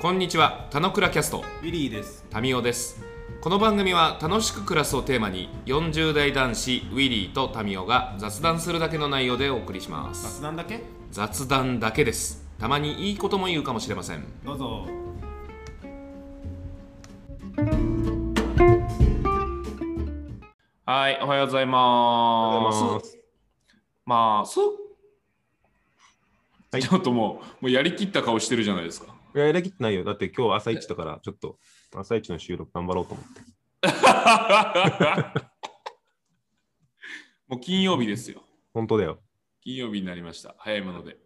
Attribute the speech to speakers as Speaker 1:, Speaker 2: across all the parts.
Speaker 1: こんにちは、たのくらキャスト、
Speaker 2: ウィリーです。
Speaker 1: タミオです。この番組は楽しく暮らすをテーマに、40代男子ウィリーとタミオが雑談するだけの内容でお送りします。
Speaker 2: 雑談だけ
Speaker 1: 雑談だけです。たまにいいことも言うかもしれません。
Speaker 2: どうぞ。
Speaker 1: はい、おはようございます。
Speaker 2: おはようございま
Speaker 1: まあ、そう。
Speaker 3: はい
Speaker 1: ちょっともう、もうやりきった顔してるじゃないですか。
Speaker 3: いや、やりきってないよ。だって今日朝一だから、ちょっと朝一の収録頑張ろうと思って。
Speaker 1: もう金曜日ですよ。
Speaker 3: 本当だよ。
Speaker 1: 金曜日になりました。早いもので。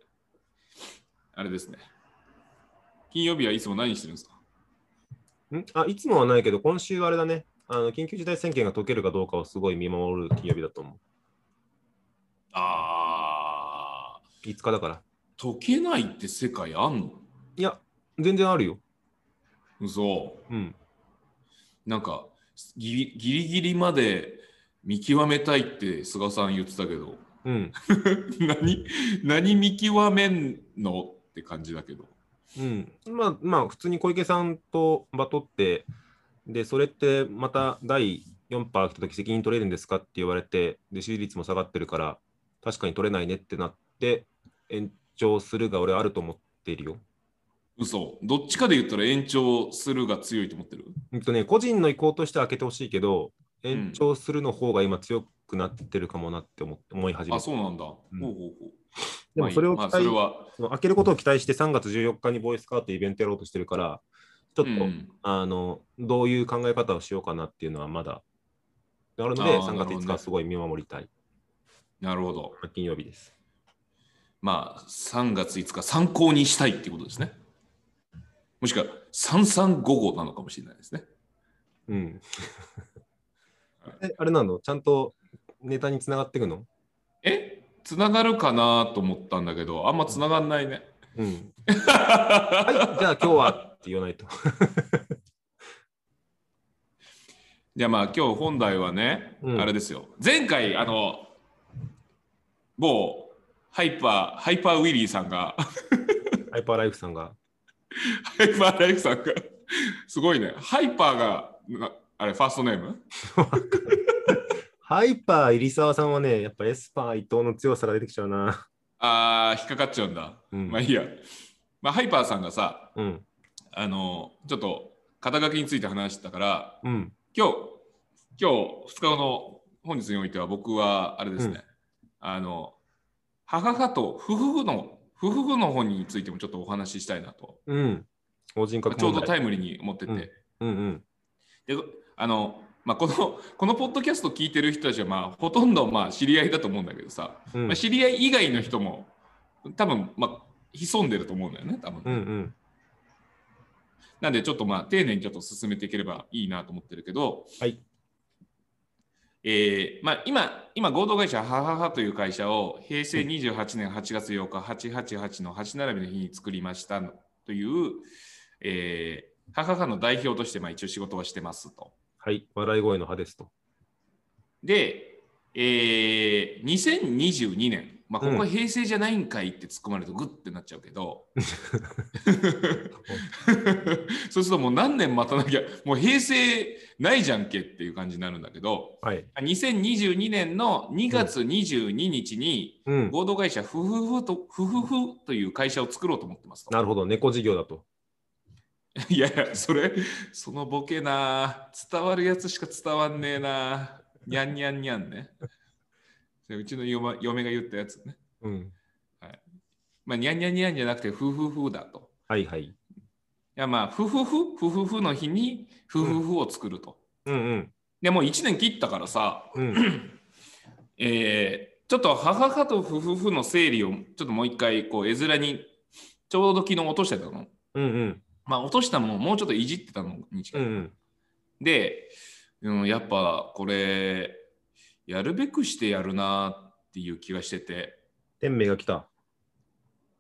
Speaker 1: あれですね。金曜日はいつも何してるんですか
Speaker 3: んあ、いつもはないけど、今週はあれだね。あの緊急事態宣言が解けるかどうかをすごい見守る金曜日だと思
Speaker 1: あ
Speaker 3: う。5日だから。
Speaker 1: ー、解けないって世界あんの
Speaker 3: いや、全然あるよ。
Speaker 1: 嘘。
Speaker 3: うん。
Speaker 1: なんかギリ、ギリギリまで見極めたいって菅さん言ってたけど、
Speaker 3: うん。
Speaker 1: 何、何見極めんのって感じだけど。
Speaker 3: うん。まあ、まあ、普通に小池さんとバトって、で、それってまた第4波来た時責任取れるんですかって言われて、で、支持率も下がってるから、確かに取れないねってなって、延長するが俺はあると思っているよ。
Speaker 1: 嘘。どっちかで言ったら延長するが強いと思ってる
Speaker 3: うんとね、個人の意向としては開けてほしいけど、延長するの方が今強くなってるかもなって思思い始め
Speaker 1: あ、
Speaker 3: て、
Speaker 1: そうなんだ。
Speaker 3: ん
Speaker 1: ほうほうほう。
Speaker 3: でもそれを期
Speaker 1: まあ、まあ、そ
Speaker 3: 待、
Speaker 1: れは。
Speaker 3: その開けることを期待して3月14日にボイスカートイベントやろうとしてるから、ちょっと、
Speaker 1: うん
Speaker 3: あのどういう考え方をしようかなっていうのはまだあるので、
Speaker 1: あー
Speaker 3: 3
Speaker 1: なるほど
Speaker 3: 月
Speaker 1: ね
Speaker 3: 5日はすごい見守りたい、
Speaker 1: なるほど。
Speaker 3: 金曜日です。
Speaker 1: まあ、3月5日、参考にしたいってことですね。もしくは、3355なのかもしれないですね。
Speaker 3: うん、えあれなのちゃんとネタにつながっていくの
Speaker 1: えつながるかなと思ったんだけど、あんまつながんないね。
Speaker 3: うん。はい、じゃあ今日はって言わないと。
Speaker 1: じゃあまあ、今日本題はね、
Speaker 3: うん
Speaker 1: あれですよ。前回、あの、某ハイパー、ハイパーウィリーさんが、
Speaker 3: ハイパーライフさんが。
Speaker 1: ハイパーライフさんが、すごいね。ハイパーが、なあれ、ファーストネーム
Speaker 3: ハイパー入澤さんはね、やっぱエスパー伊藤の強さが出てきちゃうな。
Speaker 1: あー、引っかかっちゃうんだ。
Speaker 3: うん
Speaker 1: まあいいや。まあ、ハイパーさんがさ、
Speaker 3: うん。
Speaker 1: あのちょっと肩書きについて話したから
Speaker 3: うん。
Speaker 1: 今日今日2日後の本日においては僕はあれですね、
Speaker 3: うん
Speaker 1: あの母がと夫婦の夫婦の本についてもちょっとお話ししたいなと、
Speaker 3: うん。法人
Speaker 1: まあ
Speaker 3: 格
Speaker 1: ちょう
Speaker 3: 問
Speaker 1: ど
Speaker 3: 題。
Speaker 1: タイムリーに思ってて、
Speaker 3: うんうんうん。
Speaker 1: であのまあ、このこのポッドキャスト聞いてる人たちは、まあ、ほとんどまあ知り合いだと思うんだけどさ、
Speaker 3: うん
Speaker 1: まあ、知り合い以外の人も多分、まあ、潜んでると思うんだよね多分ね、
Speaker 3: うんうん。
Speaker 1: なんでちょっとまあ丁寧にちょっと進めていければいいなと思ってるけど、
Speaker 3: はい
Speaker 1: えーまあ、今今合同会社はははという会社を平成28年8月8日888の8並びの日に作りましたという、えー、はははの代表としてまあ一応仕事はしてますと。
Speaker 3: はい。笑い声の派ですと。
Speaker 1: で、えー、2022年、まあ、ここ
Speaker 3: う
Speaker 1: は
Speaker 3: ん
Speaker 1: 平成じゃないんかいって突っ込まれるとグッてなっちゃうけど、 そうするともう何年待たなきゃもう平成ないじゃんけっていう感じになるんだけど
Speaker 3: はい。
Speaker 1: 2022年の2月22日に
Speaker 3: うん。
Speaker 1: 合同会社ふふふとふふふという会社を作ろうと思ってますと
Speaker 3: なるほど。猫事業だと。
Speaker 1: いやいやそれそのボケな伝わるやつしか伝わんねえなにゃんにゃんにゃんねそれうちの嫁嫁が言ったやつね
Speaker 3: うん。
Speaker 1: まあにゃんにゃんにゃんじゃなくてふふふだと
Speaker 3: はいはい。
Speaker 1: いやまあふふふふふふの日にふふふを作ると、
Speaker 3: うん
Speaker 1: でもう1年切ったからさ
Speaker 3: うん。うん。
Speaker 1: えーちょっと母かと夫婦の整理をちょっともう一回こう絵面にちょうど昨日落としてたの。
Speaker 3: うんうん。
Speaker 1: まあ落としたものをもうちょっといじってたのに近
Speaker 3: う
Speaker 1: い。
Speaker 3: んうん。
Speaker 1: で、うん、やっぱこれやるべくしてやるなっていう気がしてて
Speaker 3: 天命が来た。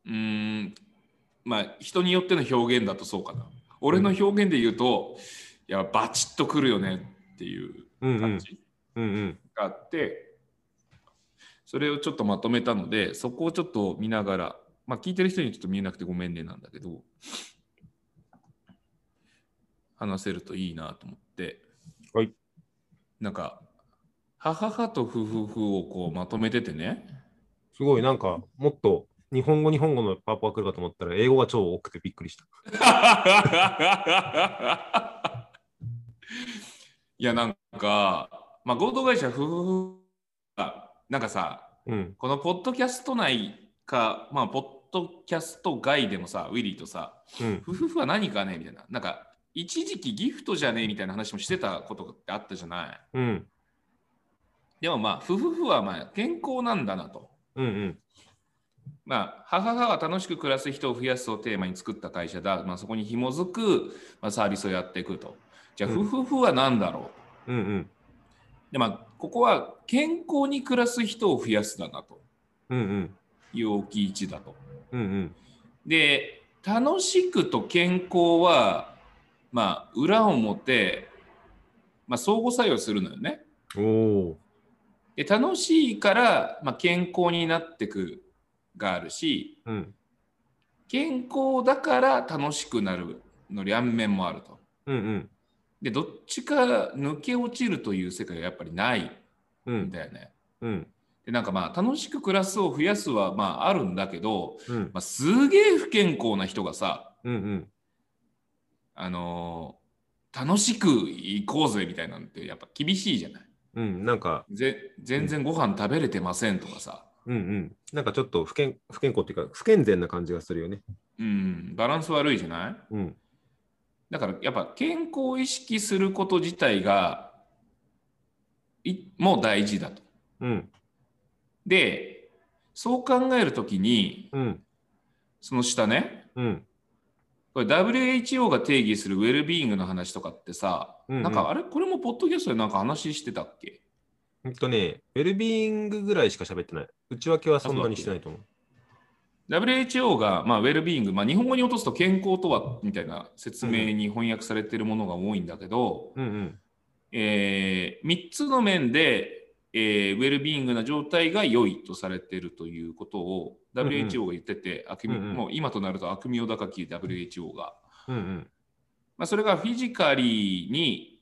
Speaker 1: うーんまあ人によっての表現だとそうかな。俺の表現で言うと、いやバチッとくるよねっていう
Speaker 3: うんう
Speaker 1: 感
Speaker 3: ん。
Speaker 1: じ。
Speaker 3: うんうん。
Speaker 1: があってそれをちょっとまとめたのでそこをちょっと見ながらまあ聞いてる人にちょっと見えなくてごめんねなんだけど話せるといいなと思って、
Speaker 3: はい、
Speaker 1: なんか、母はと夫婦をこうまとめてて ね、
Speaker 3: すごい、なんか、もっと日本語、日本語のパーパー来るかと思ったら、英語が超多くてびっくりした。
Speaker 1: いやなんか、まあ、合同会社夫婦がなんかさ
Speaker 3: うん。
Speaker 1: このポッドキャスト内か、まあ、ポッドキャスト外でもさウィリーとさ
Speaker 3: うん。
Speaker 1: 夫婦は何かねみたいななんか一時期ギフトじゃねえみたいな話もしてたことってあったじゃない
Speaker 3: うん。
Speaker 1: でもまあ夫婦はまあ健康なんだなと
Speaker 3: うん。うん。
Speaker 1: まあ、母は楽しく暮らす人を増やすをテーマに作った会社だ、まあ、そこに紐づく、まあ、サービスをやっていくとじゃあ
Speaker 3: うん
Speaker 1: 夫婦は何だろ
Speaker 3: うん。うん。
Speaker 1: う、でまあ、ここは健康に暮らす人を増やすだなと
Speaker 3: うん。うん。
Speaker 1: いう大きい位置だと
Speaker 3: うん。うん。
Speaker 1: で楽しくと健康は、まあ、裏表、まあ、相互作用するのよね
Speaker 3: おお。
Speaker 1: で楽しいから、まあ、健康になってくがあるし
Speaker 3: うん。
Speaker 1: 健康だから楽しくなるの両面もあると。
Speaker 3: うん。うん。
Speaker 1: で、どっちか抜け落ちるという世界がやっぱりない
Speaker 3: うんん。
Speaker 1: だよね。
Speaker 3: うん。
Speaker 1: で、なんかまあ、楽しく暮らすを増やすはまああるんだけど、
Speaker 3: うん。
Speaker 1: まあ、すげえ不健康な人がさ、
Speaker 3: うん。うん。
Speaker 1: あのー楽しく行こうぜみたいなんてやっぱ厳しいじゃない。
Speaker 3: うん。なんか、
Speaker 1: ぜ全然ご飯食べれてませんとかさ、
Speaker 3: うん。うん。なんかちょっと不健、不健康っていうか、不健全な感じがするよね。
Speaker 1: うん、バランス悪いじゃない
Speaker 3: うん。
Speaker 1: だからやっぱ健康を意識すること自体がいもう大事だと。
Speaker 3: うん。
Speaker 1: でそう考えるときに
Speaker 3: うん。
Speaker 1: その下ね
Speaker 3: うん。
Speaker 1: これ WHO が定義するウェルビーイングの話とかってさ、
Speaker 3: うんうん
Speaker 1: なんかあれこれもポッドキャストでなんか話してたっけ
Speaker 3: ほんとね、ウェルビーイングぐらいしか喋ってない。内訳はそんなにしてないと思う。
Speaker 1: WHO が、まあ、ウェルビーイング、まあ、日本語に落とすと健康とはみたいな説明に翻訳されてるものが多いんだけど、
Speaker 3: うん。うん。
Speaker 1: え3つの面で、えーウェルビーイングな状態が良いとされているということを
Speaker 3: んうん
Speaker 1: WHO が言ってて、悪名
Speaker 3: うんうん
Speaker 1: もう今となると悪名高き WHO が、
Speaker 3: うん。うん。
Speaker 1: まあ、それがフィジカリーに、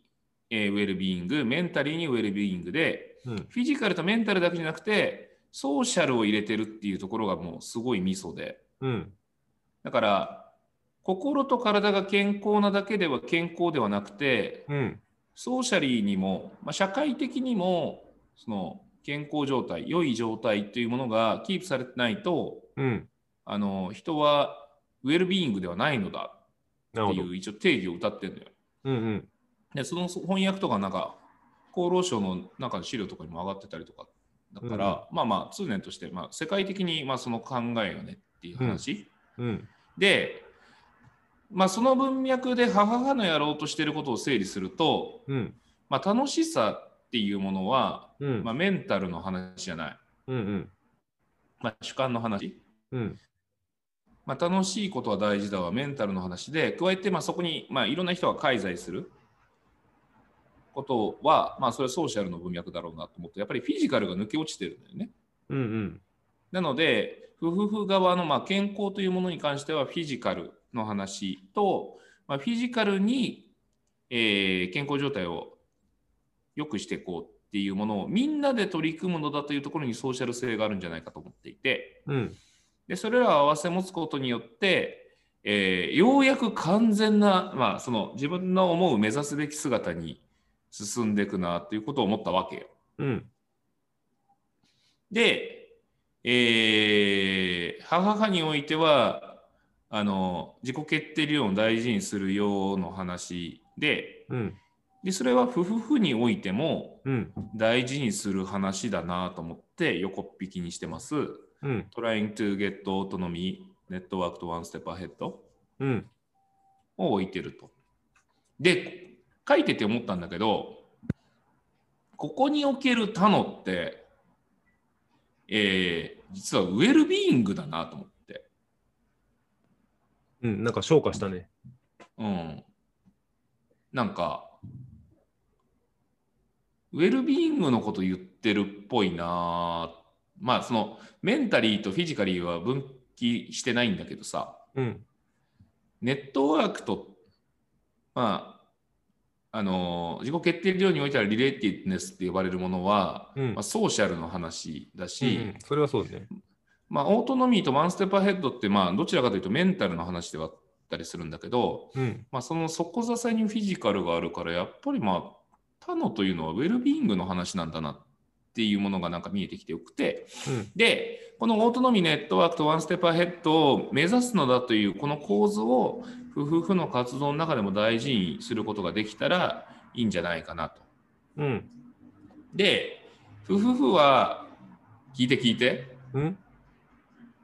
Speaker 1: えーウェルビーイングメンタリーにウェルビーイングで
Speaker 3: うん。
Speaker 1: フィジカルとメンタルだけじゃなくてソーシャルを入れてるっていうところがもうすごいミソで
Speaker 3: うん。
Speaker 1: だから心と体が健康なだけでは健康ではなくて
Speaker 3: うん。
Speaker 1: ソーシャリーにも、まあ、社会的にもその健康状態良い状態というものがキープされてないと
Speaker 3: うん。
Speaker 1: あの人はウェルビーイングではないのだ
Speaker 3: なる
Speaker 1: っ
Speaker 3: ほ
Speaker 1: て
Speaker 3: ど。
Speaker 1: いう一応定義を歌ってるのよ。
Speaker 3: うん。うん。
Speaker 1: でその翻訳とかなんか厚労省のなんかの資料とかにも上がってたりとかだから、まあまあ通念として、まあ、世界的にまあその考えよねっていう話。
Speaker 3: うん。
Speaker 1: で、まあ、その文脈で母々のやろうとしてることを整理すると
Speaker 3: うん。
Speaker 1: まあ、楽しさっていうものは、
Speaker 3: うん。
Speaker 1: まあ、メンタルの話じゃない、
Speaker 3: うんうん。
Speaker 1: まあ、主観の話、
Speaker 3: うん。
Speaker 1: まあ、楽しいことは大事だわメンタルの話で加えて、まあ、そこに、まあ、いろんな人が介在することは、まあ、それはソーシャルの文脈だろうなと思ってやっぱりフィジカルが抜け落ちてるんだよね
Speaker 3: うんうん。
Speaker 1: なので夫婦側のまあ健康というものに関してはフィジカルの話と、まあ、フィジカルに、えー健康状態を良くしていこうっていうものをみんなで取り組むのだというところにソーシャル性があるんじゃないかと思っていて
Speaker 3: うん。
Speaker 1: でそれらを合わせ持つことによって、えーようやく完全な、まあ、その自分の思う目指すべき姿に進んでいくなということを思ったわけよ。
Speaker 3: うん。
Speaker 1: で、えー、母においてはあの自己決定理論を大事にするようの話で
Speaker 3: うん。
Speaker 1: でそれは夫婦においても
Speaker 3: うん。
Speaker 1: 大事にする話だなと思って横っ引きにしてます。
Speaker 3: うん。
Speaker 1: Trying to get autonomy, network to one step ahead
Speaker 3: うん。
Speaker 1: を置いてると。で書いてて思ったんだけどここにおける他のって、えー実はウェルビーイングだなと思って。
Speaker 3: うん。なんか昇華したね。
Speaker 1: うん、なんかウェルビーイングのこと言ってるっぽいなまあそのメンタリーとフィジカリーは分岐してないんだけどさ、
Speaker 3: うん。
Speaker 1: ネットワークと、まあ、あの自己決定量においてはリレーティネスって呼ばれるものは、
Speaker 3: うん
Speaker 1: まあ、ソーシャルの話だし、
Speaker 3: うんそれはそうね。
Speaker 1: まあ、オートノミーとワンステップアヘッドって、まあ、どちらかというとメンタルの話ではあったりするんだけど、
Speaker 3: うん。
Speaker 1: まあ、その底支えにフィジカルがあるからやっぱりまあ他のというのはウェルビーイングの話なんだなっていうものがなんか見えてきてよくてでこのオートノミーネットワークとワンステップアヘッドを目指すのだというこの構図を夫婦の活動の中でも大事にすることができたらいいんじゃないかなと。
Speaker 3: うん。うん。
Speaker 1: で夫婦は聞いて聞いて
Speaker 3: うん。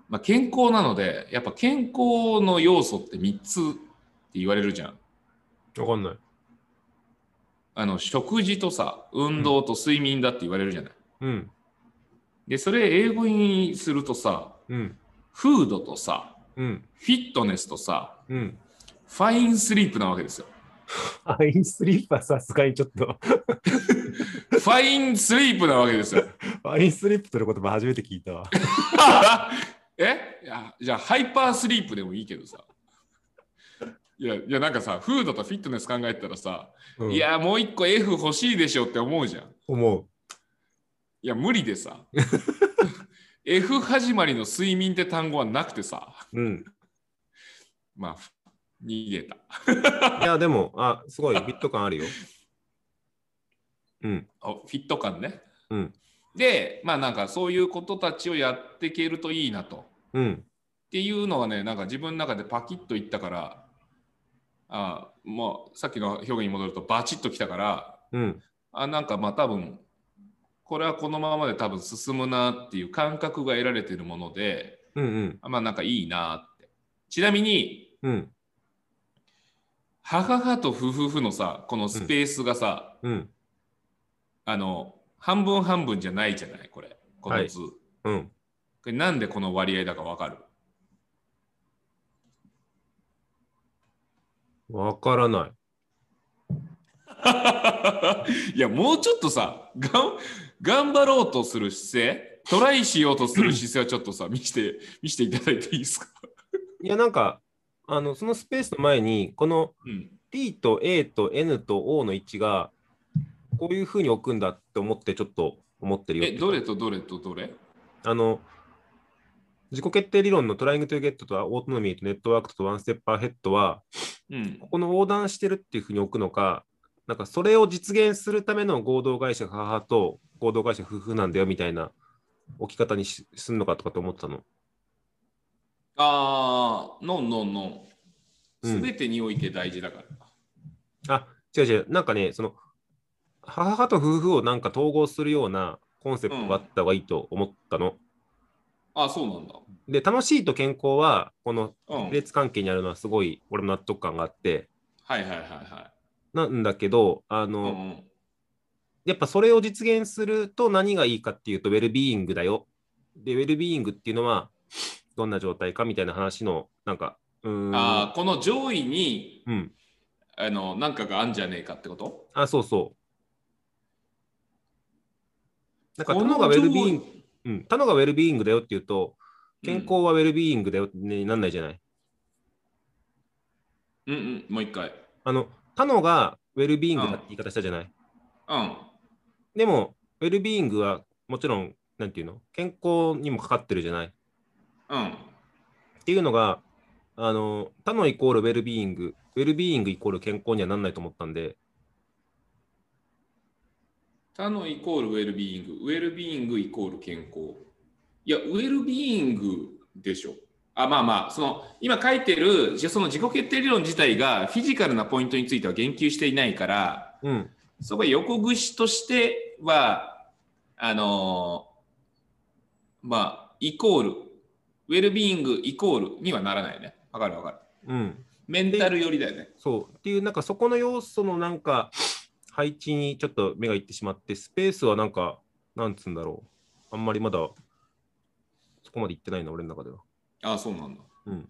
Speaker 1: まあ、健康なのでやっぱ健康の要素って3つって言われるじゃん。
Speaker 3: わかんない。
Speaker 1: あの食事とさ運動と睡眠だって言われるじゃない。
Speaker 3: うん。
Speaker 1: でそれ英語にするとさ
Speaker 3: うん。
Speaker 1: フードとさ
Speaker 3: うん。
Speaker 1: フィットネスとさ
Speaker 3: うん。
Speaker 1: ファインスリープなわけ ですよ。
Speaker 3: アインスリープはさすがにちょっと、
Speaker 1: ファインスリープなわけですよ。
Speaker 3: アインスリープという言葉初めて聞いたわ。
Speaker 1: えいやじゃあハイパースリープでもいいけどさ。いやいやなんかさフードとフィットネス考えたらさ、
Speaker 3: うん
Speaker 1: いやもう1個 F 欲しいでしょって思うじゃん。
Speaker 3: 思う。
Speaker 1: いや無理で さ F 始まりの睡眠って単語はなくてさ
Speaker 3: うん。
Speaker 1: まあ逃げた
Speaker 3: いや、でも、あ、すごい、ビット感あるよ。うん。
Speaker 1: あフィット感ね、
Speaker 3: うん
Speaker 1: でまあなんかそういうことたちをやっていけるといいなとっ
Speaker 3: うん。
Speaker 1: ていうのはねなんか自分の中でパキッといったからあもうさっきの表現に戻るとバチッときたから
Speaker 3: うん。
Speaker 1: あなんかまあ多分これはこのままで多分進むなっていう感覚が得られてるもので
Speaker 3: うん。うん。
Speaker 1: あまあなんかいいなってちなみに
Speaker 3: うん。
Speaker 1: 母母と夫婦のさこのスペースがさ、
Speaker 3: うん。
Speaker 1: あの半分半分じゃないじゃないこれこの図、こ
Speaker 3: うん。
Speaker 1: れなんでこの割合だかわかる
Speaker 3: わからない。
Speaker 1: いやもうちょっとさがん頑張ろうとする姿勢トライしようとする姿勢はちょっとさ見して見していただいていいですか、
Speaker 3: いや、なんか、あの、そのスペースの前に、この
Speaker 1: うん、
Speaker 3: T と A と N と O の位置が、こういうふうに置くんだって思って、ちょっと思ってるよっ
Speaker 1: え
Speaker 3: ていうか
Speaker 1: どれとどれとどれ
Speaker 3: あの、自己決定理論のトライングトゥゲットとオートノミーとネットワークとワンステッパーヘッドは、
Speaker 1: うん
Speaker 3: ここの横断してるっていうふうに置くのか、なんかそれを実現するための合同会社母と合同会社夫婦なんだよみたいな置き方にしすんのかとかと思ってたの。
Speaker 1: あーノンノンノン
Speaker 3: うん
Speaker 1: 全てにおいて大事だから、
Speaker 3: あ、違う違う、なんかね、その母と夫婦をなんか統合するようなコンセプトがあった方がいいと思ったの。
Speaker 1: あそうなんだ
Speaker 3: で、楽しいと健康は、この
Speaker 1: うん
Speaker 3: 比列関係にあるのはすごい俺も納得感があって、
Speaker 1: はいはいはいは
Speaker 3: なんだけど、あ
Speaker 1: い、う
Speaker 3: の、
Speaker 1: んうん、
Speaker 3: やっぱそれを実現すると何がいいかっていうと、ウェルビーイングだよ。で、ウェルビーイングっていうのは、どんな状態かみたいな話の、なんか、うーん。
Speaker 1: あーこの上位に
Speaker 3: うん。
Speaker 1: あのなんかがあんじゃねえかってこと
Speaker 3: あ、そうそう。なんか、
Speaker 1: こ
Speaker 3: 他のがウェルビーイング、
Speaker 1: 上位
Speaker 3: うん、他のがウェルビーイングだよっていうと、健康はウェルビーイングだよってねなんないじゃない。
Speaker 1: うんうん、もう一回。
Speaker 3: あの、他のがウェルビーイングだって言い方したじゃない。
Speaker 1: うん。
Speaker 3: でも、ウェルビーイングはもちろん、なんていうの健康にもかかってるじゃない。
Speaker 1: うん。
Speaker 3: っていうのが、あの他のイコールウェルビーイング、ウェルビーイングイコール健康にはなんないと思ったんで、
Speaker 1: 他のイコールウェルビーイング。ウェルビーイングイコール健康。いや、ウェルビーイングでしょ。あまあまあ、その今書いてるじゃその自己決定理論自体がフィジカルなポイントについては言及していないから、
Speaker 3: うん、
Speaker 1: そこは横串としては、あのーまあ、イコール、ウェルビーイングイコールにはならないね。わかるわかる。
Speaker 3: うん、
Speaker 1: メンタル寄りだよね。
Speaker 3: そう。っていう、なんかそこの要素のなんか、配置にちょっと目がいってしまって、スペースはなんか、なんつうんだろう、あんまりまだ、そこまでいってないな、俺の中では。
Speaker 1: ああ、そうなんだ。
Speaker 3: うん、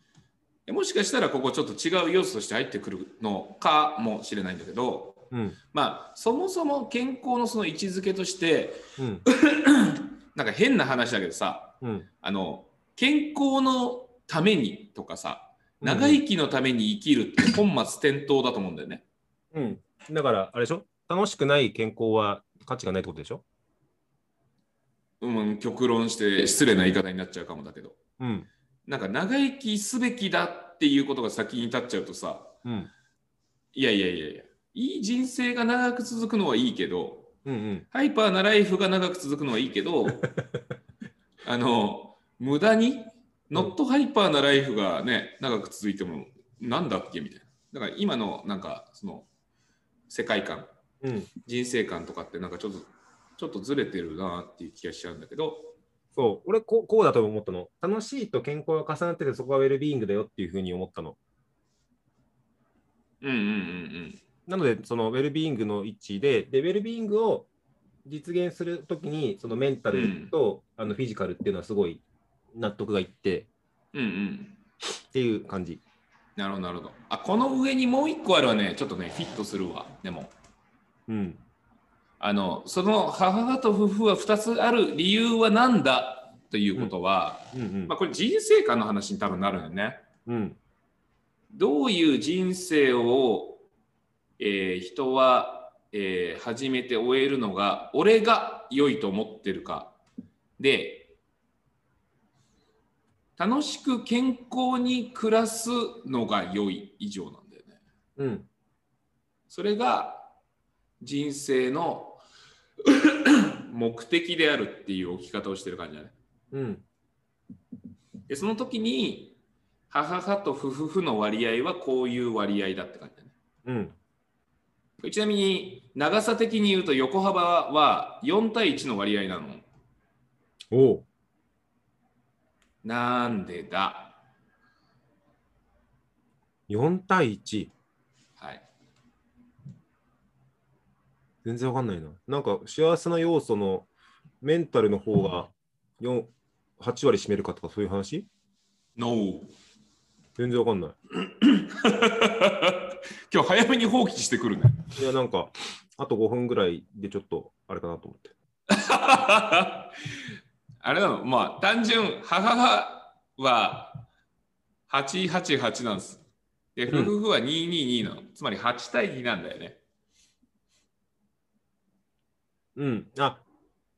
Speaker 1: えもしかしたらここちょっと違う要素として入ってくるのかもしれないんだけど、
Speaker 3: うん、
Speaker 1: まあ、そもそも健康のその位置づけとして
Speaker 3: うん、
Speaker 1: なんか変な話だけどさ
Speaker 3: うん、
Speaker 1: あの健康のためにとかさ
Speaker 3: うん
Speaker 1: 長生きのために生きるって本末転倒だと思うんだよね。
Speaker 3: うん。だから、あれでしょ楽しくない健康は価値がないってことでしょ
Speaker 1: うん、極論して失礼な言い方になっちゃうかもだけど、
Speaker 3: うん。
Speaker 1: なんか長生きすべきだっていうことが先に立っちゃうとさ、
Speaker 3: うん。
Speaker 1: いやいやいやいや、いい人生が長く続くのはいいけど、
Speaker 3: うんうん。
Speaker 1: ハイパーなライフが長く続くのはいいけど、あの、無駄に、ノットハイパーなライフがね、長く続いても、なんだっけみたいな。だから今の、なんか、その、世界観、
Speaker 3: うん。
Speaker 1: 人生観とかって、なんかちょっと、ちょっとずれてるなっていう気がしちゃうんだけど、
Speaker 3: そう。俺こう、こうだと思ったの。楽しいと健康が重なってて、そこがウェルビーイングだよっていうふうに思ったの。
Speaker 1: うんうんうん
Speaker 3: なので、そのウェルビーイングの一致で、で、ウェルビーイングを実現するときに、そのメンタルと、あのフィジカルっていうのはすごい納得がいって
Speaker 1: うん。うんうん。
Speaker 3: っていう感じ。
Speaker 1: なるほど、なるほど。あ、この上にもう一個あるはね、ちょっとね、フィットするわ。でも、
Speaker 3: うん。
Speaker 1: あの、その母と夫婦は2つある理由は何だということは、
Speaker 3: うんうん
Speaker 1: まあ、これ人生観の話に多分なるのよね。
Speaker 3: うん。
Speaker 1: どういう人生を、えー人は、えー始めて終えるのが俺が良いと思ってるかで楽しく健康に暮らすのが良い以上なんだよね。
Speaker 3: うん。
Speaker 1: それが人生の 目的であるっていう置き方をしてる感じだね。
Speaker 3: うん。
Speaker 1: でその時に母母と夫婦の割合はこういう割合だって感じだね。
Speaker 3: うん。
Speaker 1: ちなみに長さ的に言うと横幅は4対1の割合なの。
Speaker 3: おう。
Speaker 1: なんでだ
Speaker 3: 4対1。
Speaker 1: はい。
Speaker 3: 全然わかんないな。なんか幸せな要素のメンタルの方が4 8割占めるかとかそういう話
Speaker 1: No!
Speaker 3: 全然わかんな
Speaker 1: 今日早めに放棄してくるね。
Speaker 3: い。いや、なんか、あと5分ぐらいでちょっとあれかなと思って。
Speaker 1: あれなのまあ単純母母は888なんです。で
Speaker 3: うん
Speaker 1: 夫婦は222なの。つまり8対2なんだよね。
Speaker 3: うん。あ、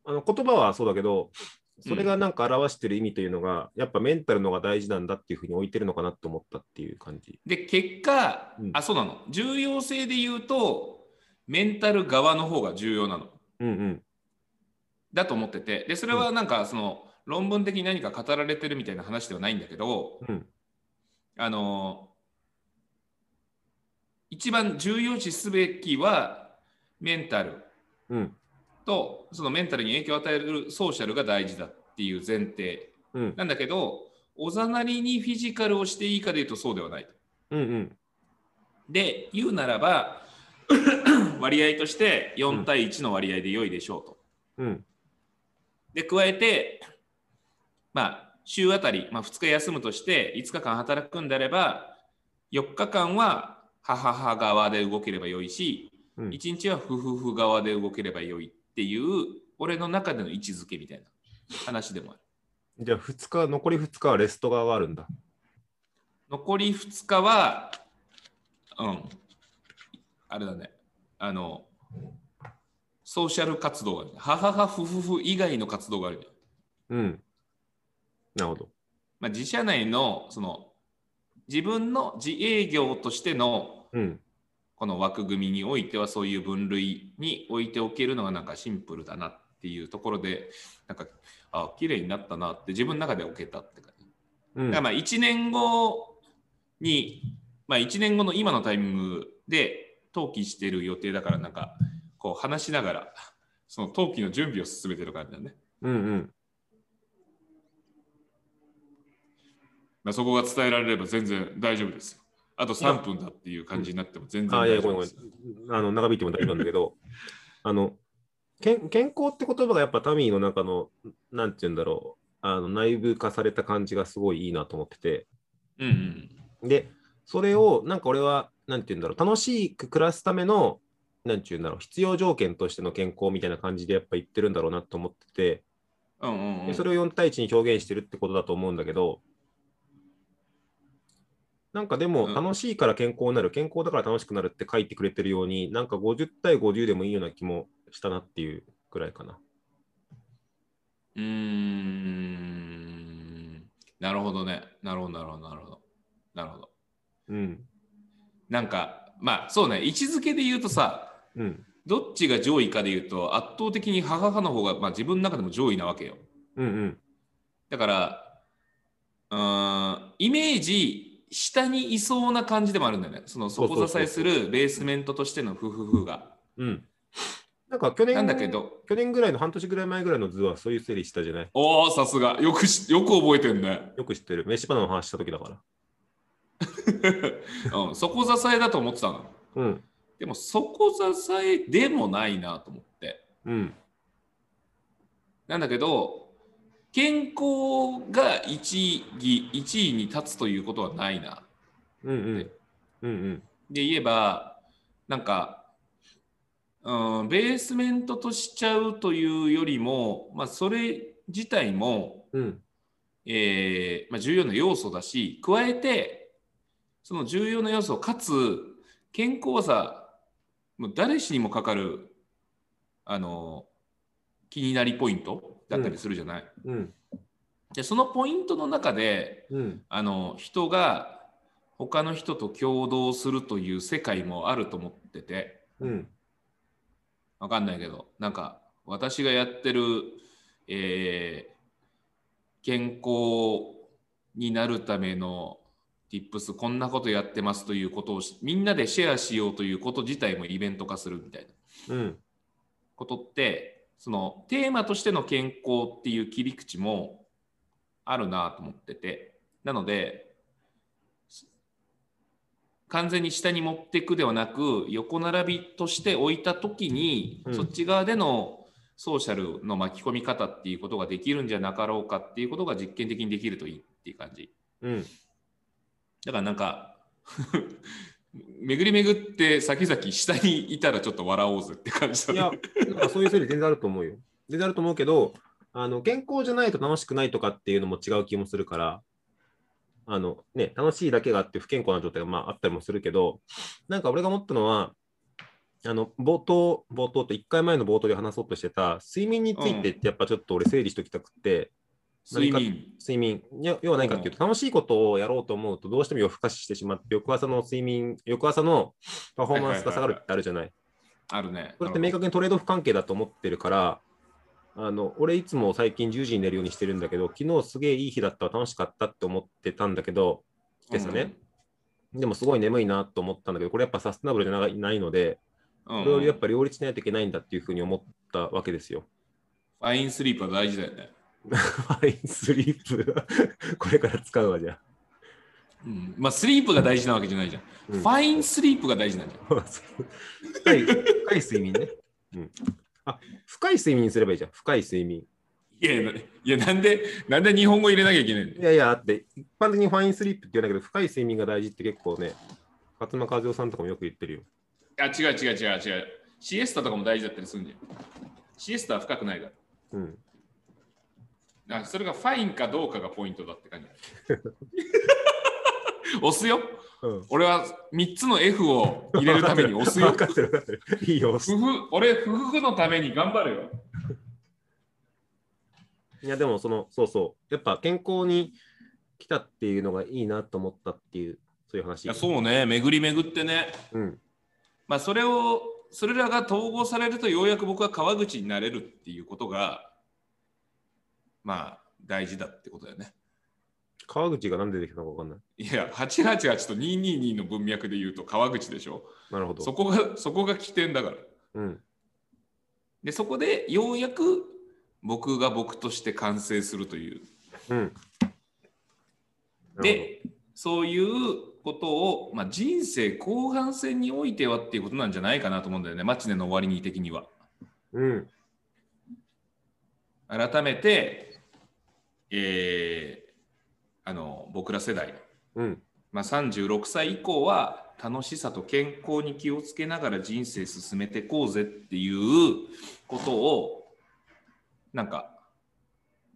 Speaker 3: あの言葉はそうだけど、それがなんか表してる意味というのが、やっぱメンタルのが大事なんだっていうふうに置いてるのかなと思ったっていう感じ。
Speaker 1: で結果、
Speaker 3: うん
Speaker 1: あそうなの重要性で言うとメンタル側の方が重要なの
Speaker 3: うんうん。
Speaker 1: だと思っててでそれはなんかその論文的に何か語られてるみたいな話ではないんだけど
Speaker 3: うん。
Speaker 1: あの一番重要視すべきはメンタル
Speaker 3: うん。
Speaker 1: とそのメンタルに影響を与えるソーシャルが大事だっていう前提
Speaker 3: うん。
Speaker 1: なんだけどおざなりにフィジカルをしていいかで言うとそうではないと。
Speaker 3: うんうん。
Speaker 1: で言うならば 割合として4対1の割合で良いでしょうと。
Speaker 3: うん。
Speaker 1: で加えて、まあ、週あたり、まあ、2日休むとして5日間働くんであれば4日間は母母側で動ければ良いし
Speaker 3: うん
Speaker 1: 1日は夫婦側で動ければ良いっていう俺の中での位置づけみたいな話でもある。
Speaker 3: じゃあ2日、残り2日はレスト側があるんだ。
Speaker 1: 残り2日は、うん、あれだね、あの、ソーシャル活動がある、ね。母が夫婦以外の活動がある、ね。
Speaker 3: うん。なるほど。
Speaker 1: まあ、自社内の、その、自分の自営業としての、
Speaker 3: うん。
Speaker 1: この枠組みにおいては、そういう分類に置いておけるのが、なんかシンプルだなっていうところで、なんか、あ、綺麗になったなって、自分の中で置けたって感じ。
Speaker 3: うん
Speaker 1: だからまあ1年後に、まあ、1年後の今のタイミングで登記してる予定だからなんかこう話しながらその登記の準備を進めてる感じだね、
Speaker 3: うんうん。
Speaker 1: まあ、そこが伝えられれば全然大丈夫ですよあと3分だっていう感じになっても全然
Speaker 3: あ、いや、
Speaker 1: 大
Speaker 3: ご
Speaker 1: 丈夫
Speaker 3: めんご
Speaker 1: で
Speaker 3: めん
Speaker 1: す。
Speaker 3: あの、長引いても大丈夫なんだけど、 あの、健健康って言葉がやっぱタミーの中の、なんていうんだろう、あの内部化された感じがすごいいいなと思ってて、
Speaker 1: うんうん
Speaker 3: で、それを、なんか俺は、なんていうんだろう、楽しく暮らすための、なんていうんだろう、必要条件としての健康みたいな感じでやっぱ言ってるんだろうなと思ってて、
Speaker 1: うんうんう
Speaker 3: で
Speaker 1: ん
Speaker 3: それを4対1に表現してるってことだと思うんだけど、なんかでも
Speaker 1: うん
Speaker 3: 楽しいから健康になる、健康だから楽しくなるって書いてくれてるように、なんか50対50でもいいような気もしたなっていうくらいかな。
Speaker 1: うーん。なるほどね。なるほど、なるほど、なるほど。なるほど。
Speaker 3: うん。
Speaker 1: なんか、まあそうね、位置づけで言うとさ、
Speaker 3: うん。
Speaker 1: どっちが上位かで言うと、圧倒的に母の方が、まあ、自分の中でも上位なわけよ。
Speaker 3: うんうん。
Speaker 1: だから、うーん、イメージ、下にいそうな感じでもあるんだよね。その
Speaker 3: そうそう
Speaker 1: 底
Speaker 3: そう
Speaker 1: 支えするベースメントとしての夫婦が。
Speaker 3: うん。なんか去年
Speaker 1: なんだけど、
Speaker 3: 去年ぐらいの半年ぐらい前ぐらいの図はそういう整理したじゃない
Speaker 1: おお、さすが。よくし、よく覚えてんね。
Speaker 3: よく知ってる。飯花の話した時だか
Speaker 1: うん、底支えだと思ってたの。
Speaker 3: ら。うん。
Speaker 1: でも、底支えでもないなと思って。
Speaker 3: うん。
Speaker 1: なんだけど、健康が一位一位に立つということはないな。
Speaker 3: うんうん。うんうん。
Speaker 1: で言えば、なんか、うん、ベースメントとしちゃうというよりも、まあ、それ自体も、
Speaker 3: うん。
Speaker 1: えーまあ、重要な要素だし、加えて、その重要な要素、かつ、健康はさ、もう誰しにもかかる、あの、気になりポイントだったりするじゃない。
Speaker 3: うん。
Speaker 1: でそのポイントの中で
Speaker 3: うん。
Speaker 1: あの人が他の人と共同するという世界もあると思ってて
Speaker 3: うん。
Speaker 1: わかんないけどなんか私がやってる、えー健康になるための tips こんなことやってますということをしみんなでシェアしようということ自体もイベント化するみたいな
Speaker 3: うん。
Speaker 1: ことってそのテーマとしての健康っていう切り口もあるなと思っててなのでし完全に下に持っていくではなく横並びとして置いた時に、
Speaker 3: うん
Speaker 1: そっち側でのソーシャルの巻き込み方っていうことができるんじゃなかろうかっていうことが実験的にできるといいっていう感じ。
Speaker 3: うん。
Speaker 1: だからなんか 巡り巡って先々下にいたらちょっと笑おうぜって感じだ
Speaker 3: い
Speaker 1: ね
Speaker 3: や、なんかそういう整理全然あると思うよ。全然あると思うけど、あの健康じゃないと楽しくないとかっていうのも違う気もするから、あのね、楽しいだけがあって不健康な状態がまああったりもするけど、なんか俺が思ったのは、あの冒頭、冒頭と1回前の冒頭で話そうとしてた、睡眠についてってやっぱちょっと俺整理しておきたくって、
Speaker 1: 睡眠。
Speaker 3: 睡眠や要は何かっていうと、楽しいことをやろうと思うと、どうしても夜更かししてしまって、翌朝の睡眠、翌朝のパフォーマンスが下がるってあるじゃない。
Speaker 1: あるね。
Speaker 3: これって明確にトレードオフ関係だと思ってるから、あの俺いつも最近10時に寝るようにしてるんだけど、昨日すげえいい日だった、楽しかったって思ってたんだけど、ですよね。でもすごい眠いなと思ったんだけど、これやっぱサステナブルじゃないないので、
Speaker 1: うん。う
Speaker 3: こ
Speaker 1: ん
Speaker 3: れをやっぱ両立しないといけないんだっていうふうに思ったわけですよ。
Speaker 1: ファインスリープは大事だよね。
Speaker 3: ファインスリープ、 これから使うわじゃあ。
Speaker 1: うん、まあ、スリープが大事なわけじゃないじゃん。
Speaker 3: うん
Speaker 1: ファインスリープが大事なんじゃん。
Speaker 3: 深い深い睡眠ね、 うんあ。深い睡眠にすればいいじゃん、深い睡眠。
Speaker 1: いやいや、いやなんで、なんで日本語入れなきゃいけないんだ
Speaker 3: い
Speaker 1: よ。
Speaker 3: やいや、だって、一般的にファインスリープって言うんだけど、深い睡眠が大事って結構ね、勝間和代さんとかもよく言ってるよ。
Speaker 1: あ、違う違う違う違う。シエスタとかも大事だったりするんじゃん。シエスタは深くないだろ。
Speaker 3: うん。
Speaker 1: だからそれがファインかどうかがポイントだって感じ。 押すよ。
Speaker 3: うん。
Speaker 1: 俺は3つの F を入れるために押 すよ
Speaker 3: 分。かってる分かってる。いいよ、押す
Speaker 1: 夫婦俺、夫婦のために頑張るよ。
Speaker 3: いや、でも、その、そうそう。やっぱ健康に来たっていうのがいいなと思ったっていう、そういう話。
Speaker 1: いや、そうね。巡り巡ってね。
Speaker 3: うん。
Speaker 1: まあ、それをそれらが統合されるとようやく僕は川口になれるっていうことがまあ大事だってことだよね。
Speaker 3: 川口が何でできたのか分かんない。
Speaker 1: いや888と222の文脈で言うと川口でしょ。
Speaker 3: なるほど。
Speaker 1: そこがそこが起点だから。
Speaker 3: うん。
Speaker 1: でそこでようやく僕が僕として完成するという。
Speaker 3: うん。
Speaker 1: でそういうことを、まあ、人生後半戦においてはっていうことなんじゃないかなと思うんだよね。マチネの終わりに的には。
Speaker 3: なるほど、うん。
Speaker 1: 改めて、えーあの僕ら世代、
Speaker 3: うん。
Speaker 1: まあ、36歳以降は楽しさと健康に気をつけながら人生進めてこうぜっていうことをなんか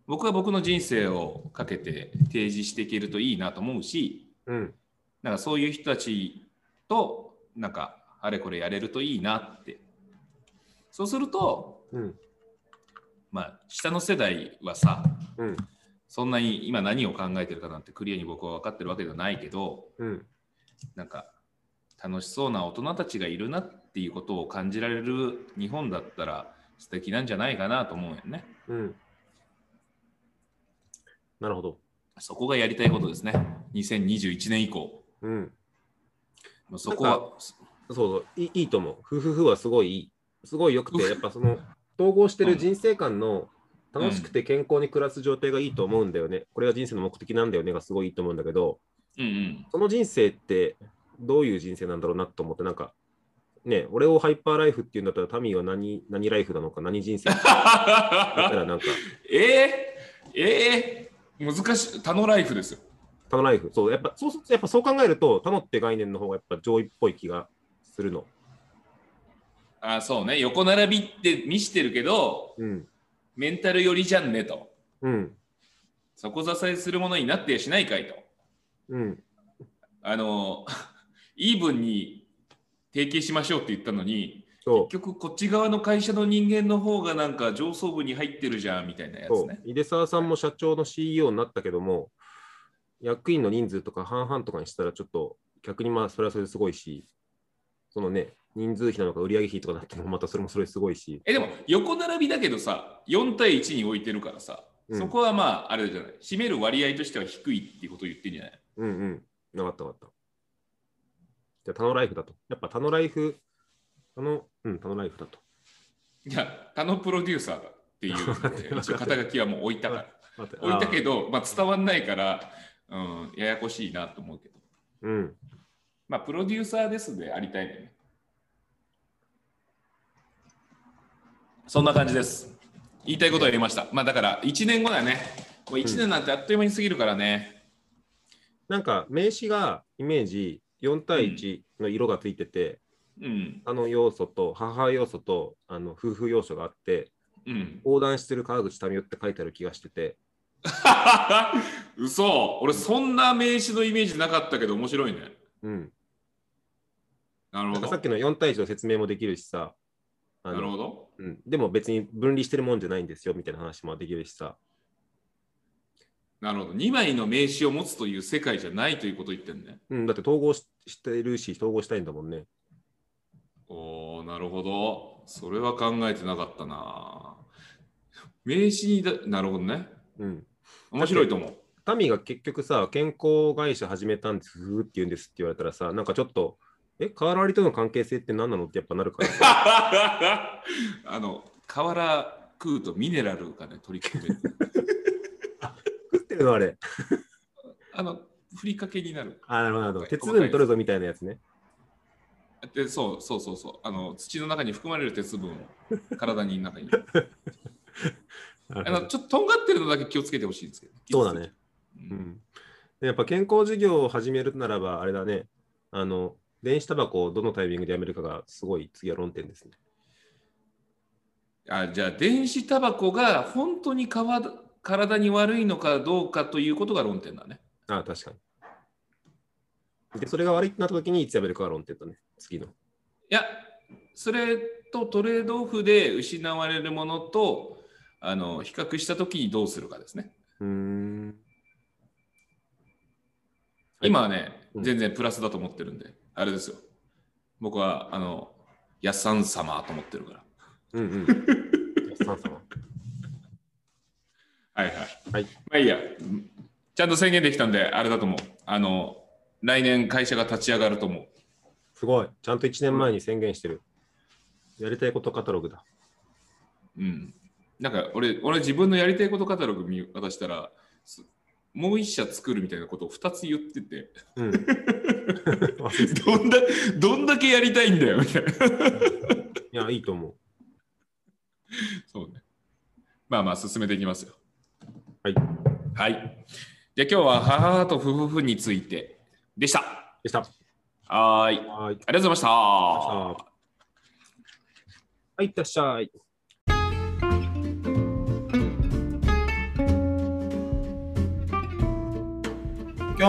Speaker 1: 僕は僕の人生をかけて提示していけるといいなと思うし
Speaker 3: うん。
Speaker 1: なんかそういう人たちと、なんか、あれこれやれるといいなって。そうすると、
Speaker 3: うん。
Speaker 1: まあ、下の世代はさ、
Speaker 3: うん。
Speaker 1: そんなに今何を考えてるかなんてクリアに僕は分かってるわけではないけど、
Speaker 3: うん。
Speaker 1: なんか楽しそうな大人たちがいるなっていうことを感じられる日本だったら素敵なんじゃないかなと思うよね。
Speaker 3: うん。なるほど。
Speaker 1: そこがやりたいことですね。2021年以降。
Speaker 3: うん。
Speaker 1: もうそこは
Speaker 3: なんそうそういい、いいと思う。ふふふはすごいいい。すごいよくて、やっぱその、統合してる人生観の
Speaker 1: ん
Speaker 3: 楽しくて健康に暮らす状態がいいと思うんだよね。これが人生の目的なんだよねがすごいいいと思うんだけど、
Speaker 1: うん うん。
Speaker 3: その人生ってどういう人生なんだろうなと思って、なんか、ね、俺をハイパーライフっていうんだったら、タミーは何何ライフなのか、何人生だったら、なんか、
Speaker 1: えー、えー、難しい。他のライフですよ。
Speaker 3: タノライフ、そう、やっぱそうすやっぱそう考えると、タノって概念の方がやっぱ上位っぽい気がするの。
Speaker 1: あそうね。横並びって見してるけど、
Speaker 3: うん、
Speaker 1: メンタル寄りじゃんねと。
Speaker 3: うん、
Speaker 1: 底支えするものになってやしないかいと。
Speaker 3: うん、
Speaker 1: あの、 イーブンに提携しましょうって言ったのに、
Speaker 3: そ
Speaker 1: 結局こっち側の会社の人間の方がなんか上層部に入ってるじゃんみたいなや
Speaker 3: う、
Speaker 1: つ
Speaker 3: そう
Speaker 1: ね。
Speaker 3: 井出沢さんも社長の CEO になったけども、役員の人数とか半々とかにしたら、ちょっと逆にまあ、それはそれですごいし、そのね、人数比なのか売上費とかなっても、またそれもそれすごいし、
Speaker 1: えでも横並びだけどさ4対1に置いてるからさ、
Speaker 3: うん
Speaker 1: そこはまああれじゃない占める割合としては低いっていうことを言ってんじゃない
Speaker 3: うんうん、なかったなかった。じゃあ、タノライフだと。やっぱタノライフ、タノ、うん、タノライフだと。
Speaker 1: いや他のプロデューサーだっていうえー一応肩書きはもう置いたから
Speaker 3: 待って
Speaker 1: 置いたけどまあ、伝わんないから、うん、ややこしいなと思うけど
Speaker 3: あーうん、
Speaker 1: まあプロデューサーですでありたいのよねそんな感じです言いたいことは言いましたまあだから1年後だねもう1年なんてあっという間に過ぎるからね、
Speaker 3: なんか名刺がイメージ4対1の色がついてて、
Speaker 1: うん
Speaker 3: あの要素と母要素とあの夫婦要素があって
Speaker 1: うん
Speaker 3: 横断してる川口民夫って書いてある気がしてて
Speaker 1: 嘘俺そんな名刺のイメージなかったけど面白いね
Speaker 3: うん
Speaker 1: なる
Speaker 3: なん
Speaker 1: ほ
Speaker 3: かさっ
Speaker 1: ど
Speaker 3: きの4対1の説明もできるしさあ
Speaker 1: な
Speaker 3: の
Speaker 1: るほど
Speaker 3: うん、でも別に分離してるもんじゃないんですよみたいな話もできるしさ
Speaker 1: なるほど2枚の名刺を持つという世界じゃないということを言ってんね
Speaker 3: うん、だって統合ししてるし統合したいんだもんね
Speaker 1: おーなるほどそれは考えてなかったな名刺にだなるほどね
Speaker 3: うん
Speaker 1: 面白いと思う
Speaker 3: タミが結局さ健康会社始めたんですふーって言うんですって言われたらさなんかちょっとえ河原との関係性って何なのってやっぱなるか ら
Speaker 1: あの瓦食うとミネラルがね取り込め る
Speaker 3: 食ってるのあれ
Speaker 1: あのふりかけになる
Speaker 3: あ、なるほどなるほど。
Speaker 1: はい
Speaker 3: 鉄分取るぞみたいなやつね。
Speaker 1: でそうそうそうそうあの土の中に含まれる鉄分を体に中 に
Speaker 3: な
Speaker 1: あ
Speaker 3: るほ
Speaker 1: の
Speaker 3: ど
Speaker 1: ちょっととんがってるのだけ気をつけてほしいんですけど。
Speaker 3: そうだね。
Speaker 1: う。
Speaker 3: うんん。でやっぱ健康事業を始めるならば、あれだね、あの、電子タバコをどのタイミングでやめるかがすごい次は論点ですね。
Speaker 1: あじゃあ、電子タバコが本当にかわ体に悪いのかどうかということが論点だね。
Speaker 3: あ確かに。で、それが悪いってなった時にいつやめるかが論点だね。次の。
Speaker 1: いや、それとトレードオフで失われるものとあの比較したときにどうするかですね。
Speaker 3: うーん。はい
Speaker 1: 今はね、
Speaker 3: うん
Speaker 1: 全然プラスだと思ってるんで、あれですよ。僕は、あの、やっさん様と思ってるから。
Speaker 3: うんうん。 さんさん
Speaker 1: はいはい。
Speaker 3: は
Speaker 1: ま
Speaker 3: い
Speaker 1: あいいや、うんちゃんと宣言できたんで、あれだと思う。あの、来年会社が立ち上がると思う。
Speaker 3: すごい。ちゃんと1年前に宣言してる。やりたいことカタログだ。
Speaker 1: うん。なんか俺、俺自分のやりたいことカタログ見渡したら、すもう一社作るみたいなことを2つ言ってて、
Speaker 3: うん。忘れてた
Speaker 1: どんだどんだけやりたいんだよみたいな。
Speaker 3: いや、いいと思う。
Speaker 1: そうね。まあまあ進めていきますよ。
Speaker 3: はい。
Speaker 1: はい。じゃあ今日は母と夫婦についてでした。
Speaker 3: でした。
Speaker 1: はーい。あ
Speaker 3: はい。
Speaker 1: りがとうございました。
Speaker 3: はい、いってらっしゃい。今